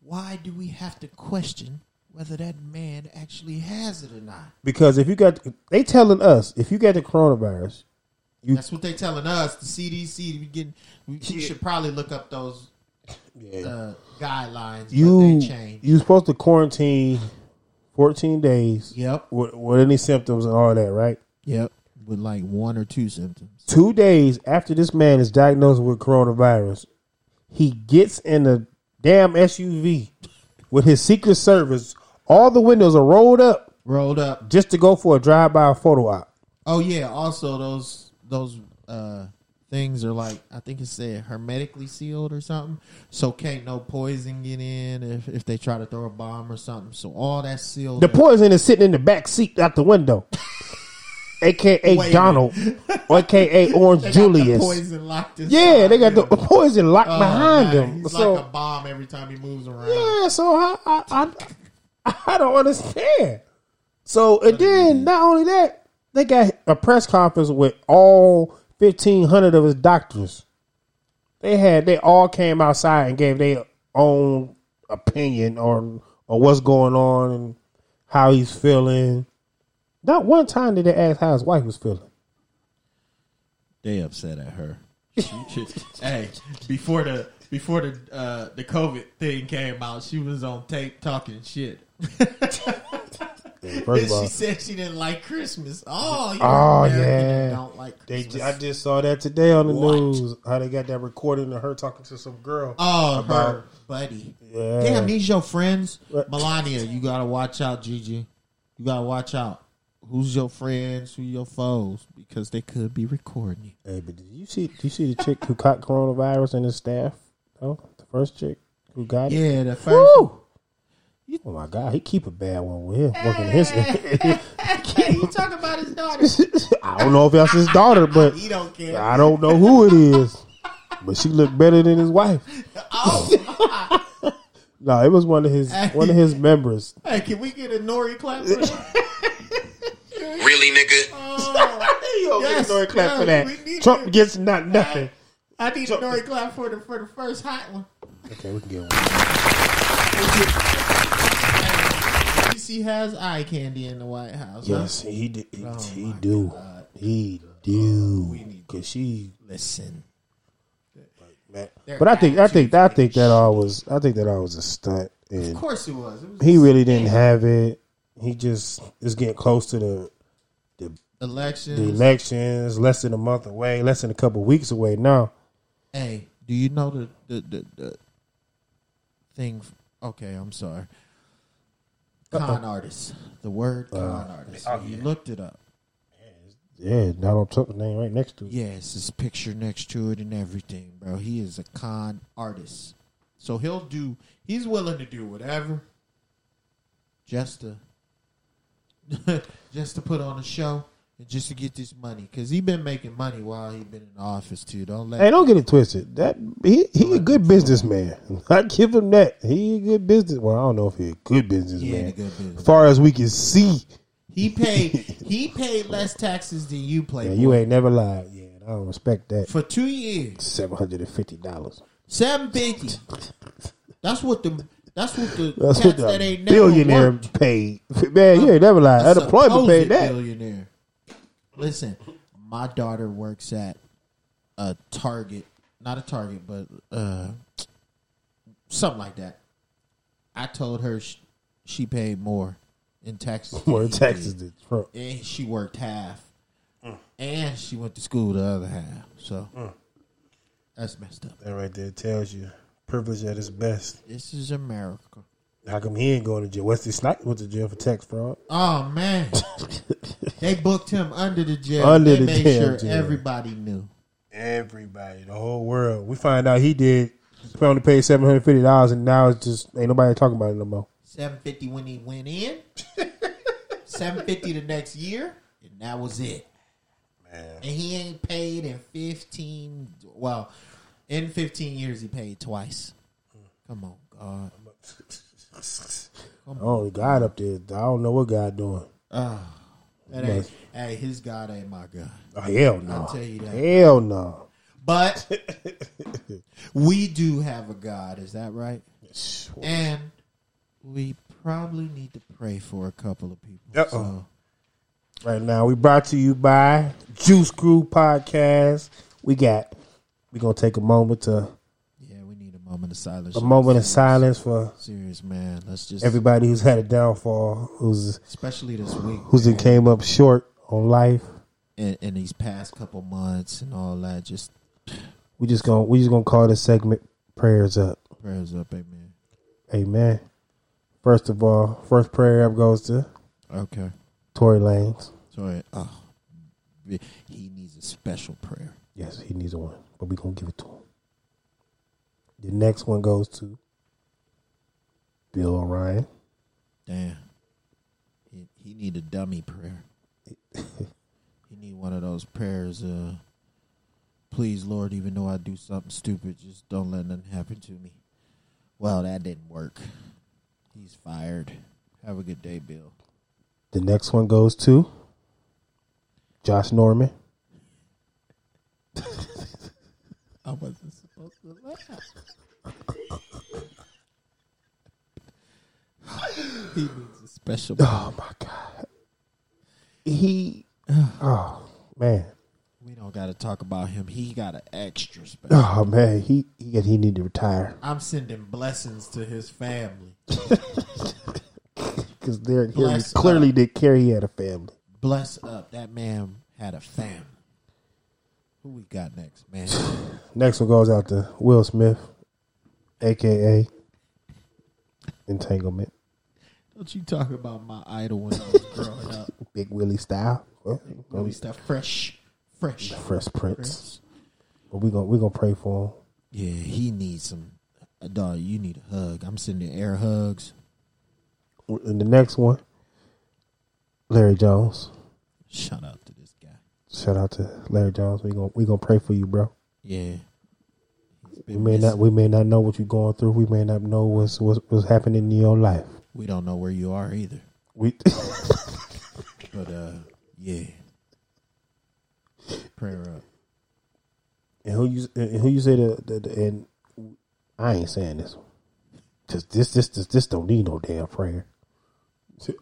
Speaker 3: why do we have to question whether that man actually has it or not?
Speaker 2: Because if you got, they telling us if you got the coronavirus,
Speaker 3: That's what they telling us. The CDC we getting we, we should probably look up those uh, guidelines that
Speaker 2: you
Speaker 3: they change.
Speaker 2: you supposed to quarantine fourteen days
Speaker 3: yep,
Speaker 2: with, with any symptoms and all that, right?
Speaker 3: yep. With like one or two symptoms.
Speaker 2: Two days after this man is diagnosed with coronavirus, he gets in a damn SUV with his Secret Service. All the windows are rolled up
Speaker 3: Rolled up.
Speaker 2: just to go for a drive-by photo op.
Speaker 3: Oh yeah. Also those those uh, things are like I think it said hermetically sealed or something. So can't no poison get in if if they try to throw a bomb or something. So all that's sealed.
Speaker 2: The
Speaker 3: up.
Speaker 2: poison is sitting in the back seat out the window. AKA
Speaker 3: Wait a
Speaker 2: Donald. AKA Orange
Speaker 3: They got the
Speaker 2: Julius.
Speaker 3: poison locked
Speaker 2: Yeah, they got the
Speaker 3: inside.
Speaker 2: poison locked
Speaker 3: Oh,
Speaker 2: behind
Speaker 3: man,
Speaker 2: him.
Speaker 3: He's
Speaker 2: So
Speaker 3: like a bomb every time he moves around.
Speaker 2: yeah, so I I, I I don't understand. So and then not only that, they got a press conference with all fifteen hundred of his doctors. They had they all came outside and gave their own opinion on on what's going on and how he's feeling. Not one time did they ask how his wife was feeling.
Speaker 3: They upset at her. She- she- hey, before the before the uh, the COVID thing came out, she was on tape talking shit.
Speaker 2: First
Speaker 3: And
Speaker 2: of
Speaker 3: she
Speaker 2: all,
Speaker 3: said she didn't like Christmas. Oh, you
Speaker 2: Oh,
Speaker 3: American
Speaker 2: yeah.
Speaker 3: don't like
Speaker 2: they,
Speaker 3: Christmas.
Speaker 2: I just saw that today on the
Speaker 3: What?
Speaker 2: news how they got that recording of her talking to some girl.
Speaker 3: oh,
Speaker 2: about-
Speaker 3: her buddy.
Speaker 2: Yeah.
Speaker 3: Damn, these your friends,
Speaker 2: What?
Speaker 3: Melania. You gotta watch out, Gigi. You gotta watch out. Who's your friends? Who your foes? Because they could be recording you.
Speaker 2: Hey, but did you see? Did you see the chick who caught coronavirus and his staff? Oh, the first chick who got it.
Speaker 3: Yeah, the first.
Speaker 2: Woo! Oh my God, he keep a bad one with him working his.
Speaker 3: you talking about his daughter?
Speaker 2: I don't know if that's his daughter, but
Speaker 3: He don't care.
Speaker 2: I don't know who it is. But she looked better than his wife.
Speaker 3: Oh,
Speaker 2: No, it was one of his one of his members.
Speaker 3: hey, can we get a Nori clap? For that?
Speaker 1: Really, nigga?
Speaker 2: You don't
Speaker 3: Yes,
Speaker 2: get a Nori clap for
Speaker 3: yes, we
Speaker 2: that.
Speaker 3: need
Speaker 2: Trump
Speaker 3: it.
Speaker 2: gets not nothing.
Speaker 3: I need a Nori clap for the for the first hot one.
Speaker 2: Okay, we can get one.
Speaker 3: DC has eye candy in the White House. huh?
Speaker 2: Yes, he did. He, he do. He do. Cause she
Speaker 3: Listen,
Speaker 2: Man.
Speaker 3: Their
Speaker 2: But I think I think I think that all was I think that all was a stunt,
Speaker 3: of
Speaker 2: and
Speaker 3: course it was. It was
Speaker 2: he really didn't have it. He just is getting close to the, the
Speaker 3: elections.
Speaker 2: elections, less than a month away, less than a couple weeks away now.
Speaker 3: Hey, do you know the the the, the thing? Okay, I'm sorry. Con artist. The word
Speaker 2: Uh,
Speaker 3: con artist.
Speaker 2: oh,
Speaker 3: you looked it up.
Speaker 2: Yeah, Donald Trump's name right next to it.
Speaker 3: Yes, his picture next to it and everything, bro. He is a con artist. So he'll do, he's willing to do whatever just to just to put on a show and just to get this money because he been making money while he been in the office too. Don't let
Speaker 2: Hey, don't get it twisted. That he he a good businessman. I give him that. He a good business. Well, I don't know if he a good
Speaker 3: he ain't
Speaker 2: businessman.
Speaker 3: a good business.
Speaker 2: As far as we can see,
Speaker 3: He paid he paid less taxes than you played.
Speaker 2: yeah, you ain't never lied. Yeah, I don't respect that.
Speaker 3: for two years.
Speaker 2: Seven hundred and fifty dollars.
Speaker 3: Seven fifty. That's what the that's what the
Speaker 2: That's
Speaker 3: tax
Speaker 2: what
Speaker 3: that
Speaker 2: the
Speaker 3: ain't never
Speaker 2: billionaire
Speaker 3: worked.
Speaker 2: paid. Man, you ain't never lied.
Speaker 3: A
Speaker 2: Unemployment
Speaker 3: supposed
Speaker 2: paid that.
Speaker 3: Billionaire. Listen, my daughter works at a Target, not a Target, but uh, something like that. I told her she, she paid more in taxes. than
Speaker 2: More
Speaker 3: he
Speaker 2: taxes
Speaker 3: did.
Speaker 2: than Mm. Trump.
Speaker 3: and she worked half, and she went to school the other half. So
Speaker 2: Mm.
Speaker 3: that's messed up.
Speaker 4: That right there tells you privilege at its best.
Speaker 3: This is America.
Speaker 4: How come he ain't going to jail? Wesley Snipes went to jail for tax fraud.
Speaker 3: Oh man, they booked him under the jail.
Speaker 2: Under
Speaker 3: they
Speaker 2: the
Speaker 3: made
Speaker 2: jail,
Speaker 3: sure
Speaker 2: jail.
Speaker 3: everybody knew.
Speaker 4: Everybody, the whole world. We find out he did. He only paid seven hundred fifty dollars, and now it's just ain't nobody talking about it no more.
Speaker 3: Seven fifty when he went in. Seven fifty the next year, and that was it. And he ain't paid in fifteen. Well, in fifteen years, he paid twice. Come on, God.
Speaker 2: Oh, God up there. I don't know what God doing.
Speaker 3: That ain't, hey, his God ain't my God.
Speaker 2: Oh, hell no.
Speaker 3: tell you that.
Speaker 2: Hell no.
Speaker 3: But we do have a God. Is that right? And we probably need to pray for a couple of people.
Speaker 4: Uh-oh.
Speaker 3: So,
Speaker 2: Right now, we brought to you by Juice Crew Podcast. We got. We gonna take a moment to
Speaker 3: yeah, we need a moment of silence.
Speaker 2: a moment of silence for
Speaker 3: Serious man. Let's just
Speaker 2: everybody who's had a downfall, who's
Speaker 3: especially this week
Speaker 2: who's it came up short on life.
Speaker 3: in, in these past couple months and all that. Just
Speaker 2: We just gonna we just gonna call this segment prayers up.
Speaker 3: prayers up, amen.
Speaker 2: Amen. First of all, first prayer up goes to
Speaker 3: Okay.
Speaker 2: Tory Lanez.
Speaker 3: Sorry. Oh, he needs a special prayer.
Speaker 2: Yes, he needs a one, but we gonna give it to him. The next one goes to Bill O'Ryan.
Speaker 3: Damn. He, he need a dummy prayer. he need one of those prayers. Uh, please, Lord, even though I do something stupid, just don't let nothing happen to me. Well, that didn't work. He's fired. Have a good day, Bill.
Speaker 2: The next one goes to Josh Norman.
Speaker 3: I wasn't supposed to laugh. he needs a special.
Speaker 2: Oh my God. He oh man.
Speaker 3: We don't got to talk about him. He got an extra special.
Speaker 2: Oh man, he he, he need to retire.
Speaker 3: I'm sending blessings to his family.
Speaker 2: Because they're he
Speaker 3: Bless
Speaker 2: clearly did care he had a family.
Speaker 3: Bless up. That man had a family. Who we got next, man?
Speaker 2: Next one goes out to Will Smith, aka Entanglement,
Speaker 3: Don't you talk about my idol when I was growing up.
Speaker 2: Big Willie style. Well,
Speaker 3: At least that fresh, fresh.
Speaker 2: Fresh Prince. But we gonna we gonna pray for him.
Speaker 3: Yeah, he needs some. uh, Dog, you need a hug. I'm sending air hugs.
Speaker 2: And the next one, Larry Jones.
Speaker 3: Shout out to this guy.
Speaker 2: Shout out to Larry Jones. We gonna we gonna pray for you, bro.
Speaker 3: Yeah. He's
Speaker 2: We
Speaker 3: been
Speaker 2: may not
Speaker 3: missing.
Speaker 2: we may not know what you're going through. We may not know what's what's, what's happening in your life.
Speaker 3: We don't know where you are either.
Speaker 2: We
Speaker 3: But, uh, yeah. Prayer up.
Speaker 2: And who you and who you say the, the, the and I ain't saying this because this this this this don't need no damn prayer.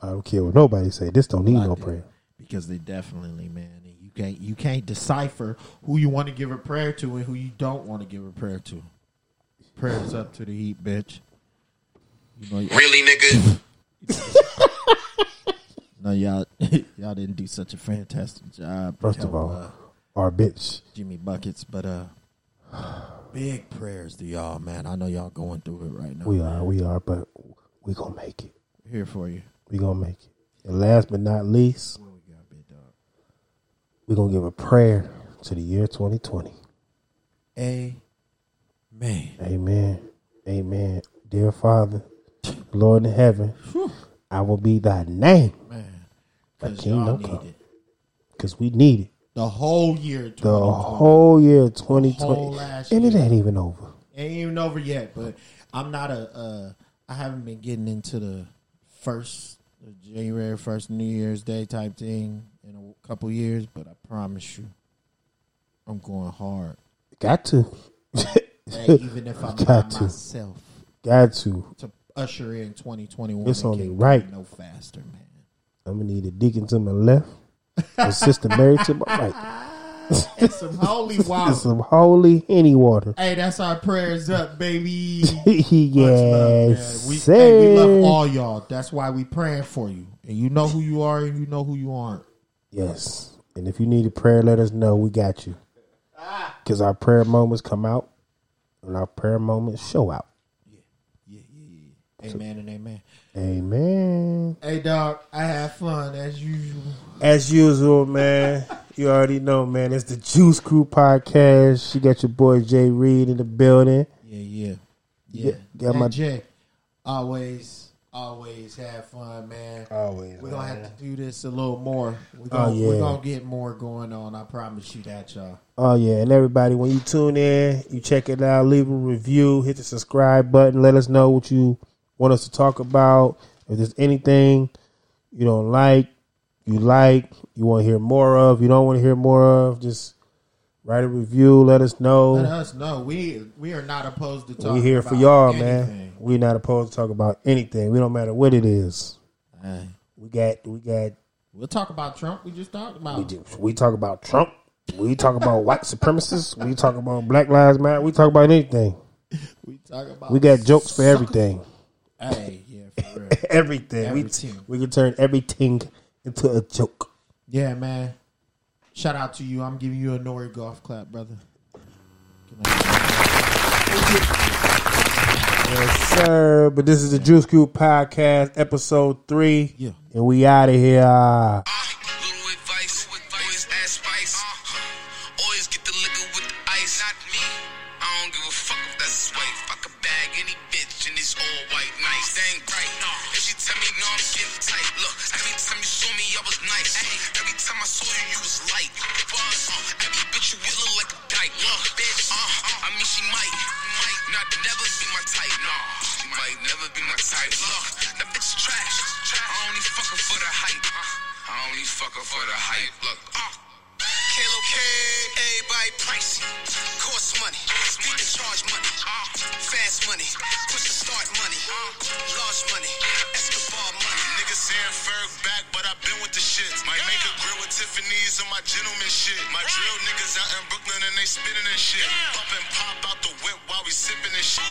Speaker 2: I don't care what nobody say. This don't need no
Speaker 3: did.
Speaker 2: prayer.
Speaker 3: because they definitely man and you can't you can't decipher who you want to give a prayer to and who you don't want to give a prayer to prayers up to the heat bitch you know, y-
Speaker 1: Really, nigga?
Speaker 3: know y'all y'all didn't do such a fantastic job
Speaker 2: First of
Speaker 3: tell,
Speaker 2: all,
Speaker 3: uh,
Speaker 2: our bitch.
Speaker 3: jimmy buckets but uh big prayers to y'all man i know y'all going through it right now
Speaker 2: We are we are, but we gonna make it.
Speaker 3: here for you
Speaker 2: We gonna make it. And last but not least,
Speaker 3: What we got, big dog?
Speaker 2: we gonna give a prayer to the year 2020.
Speaker 3: amen
Speaker 2: Amen. Amen. Dear Father, Lord in heaven, I will be thy name.
Speaker 3: man.
Speaker 2: Thy
Speaker 3: Because y'all
Speaker 2: kingdom
Speaker 3: need
Speaker 2: come.
Speaker 3: it.
Speaker 2: Because we need it.
Speaker 3: The whole year.
Speaker 2: The
Speaker 3: 2020.
Speaker 2: whole year 2020.
Speaker 3: Whole last
Speaker 2: and it
Speaker 3: year.
Speaker 2: ain't even over.
Speaker 3: It ain't even over yet, but I'm not a. Uh, I haven't been getting into the first the January first New Year's Day type thing in a couple years, but I promise you, I'm going hard.
Speaker 2: Got to.
Speaker 3: Hey, even if I'm by
Speaker 2: Got to.
Speaker 3: myself
Speaker 2: Got to.
Speaker 3: to usher in 2021,
Speaker 2: It's
Speaker 3: it
Speaker 2: only
Speaker 3: can't
Speaker 2: right.
Speaker 3: go No faster, man.
Speaker 2: I'm going to need a deacon to my left, a sister Mary to my right.
Speaker 3: And some holy
Speaker 2: It's
Speaker 3: water.
Speaker 2: some holy henny water.
Speaker 3: Hey, that's our prayers up, baby.
Speaker 2: yes.
Speaker 3: We, hey, we love
Speaker 2: sir.
Speaker 3: all y'all. That's why we praying for you. And you know who you are and you know who you aren't.
Speaker 2: Yes. And if you need a prayer, let us know. We got you. Because our prayer moments come out and our prayer moments show out.
Speaker 3: Yeah, yeah, yeah. Amen and amen.
Speaker 2: Amen.
Speaker 3: Hey, dog, I had fun as usual.
Speaker 2: As usual, man, you already know, man. It's the Juice Crew podcast. You got your boy Jay Reed in the building.
Speaker 3: Yeah, yeah, yeah.
Speaker 2: Yeah,
Speaker 3: yeah
Speaker 2: got my-
Speaker 3: Jay, always, always have fun, man.
Speaker 5: Always.
Speaker 3: We're gonna have to do this a little more. We're
Speaker 2: Oh,
Speaker 3: gonna, we're
Speaker 2: yeah.
Speaker 3: gonna get more going on. I promise you that, y'all.
Speaker 2: Oh yeah, and everybody, when you tune in, you check it out, leave a review, hit the subscribe button, let us know what you want us to talk about. If there's anything you don't like, you like, you want to hear more of, you don't want to hear more of, just write a review, let us
Speaker 3: Let
Speaker 2: know.
Speaker 3: us know. We we are not opposed to talking.
Speaker 2: We're here for
Speaker 3: about
Speaker 2: y'all, man.
Speaker 3: anything.
Speaker 2: We're not opposed to talk about anything. We don't matter what it is.
Speaker 3: Hey,
Speaker 2: We got we got
Speaker 3: we'll talk about Trump. We just talked about.
Speaker 2: we do. We talk about Trump. We talk about white supremacists. We talk about Black Lives Matter. We talk about anything.
Speaker 3: We talk about.
Speaker 2: We got jokes for everything.
Speaker 3: Hey, yeah, for real.
Speaker 2: Everything.
Speaker 3: Everything.
Speaker 2: We, we can turn everything into a joke.
Speaker 3: yeah, man. Shout out to you. I'm giving you a Nori golf clap, brother.
Speaker 2: Yes, sir. But this is the Juice Crew Podcast, episode three.
Speaker 3: Yeah.
Speaker 2: And we out of here.
Speaker 1: Uh, Little advice, always add spice. Always get the liquor with the ice. Not me. I don't give a fuck if that's his wife. I could bag any bitch in this all white nice. That ain't right. If she tell me no, I'm getting tight. Look, every time you saw me, I was nice. Every time I saw you, you was light. Buzz. Uh, every bitch you with look like a dyke. Look, bitch. Uh, I mean, she might, might not never be my type. No, she might never be my type. Look, that bitch trash. I only fuck her for the hype. Uh, I only fuck her for the hype. Look, uh. Kalo K, everybody pricey. Cost money. Speak and charge money. Fast money. Push to start money. Large money. Escobar money.
Speaker 6: Niggas saying Ferg back, but I've been with the shits. Might make a grill with Tiffany's on my gentleman shit. My drill niggas out in Brooklyn and they spinning and shit. Pump and pop out the whip while we sipping and shit.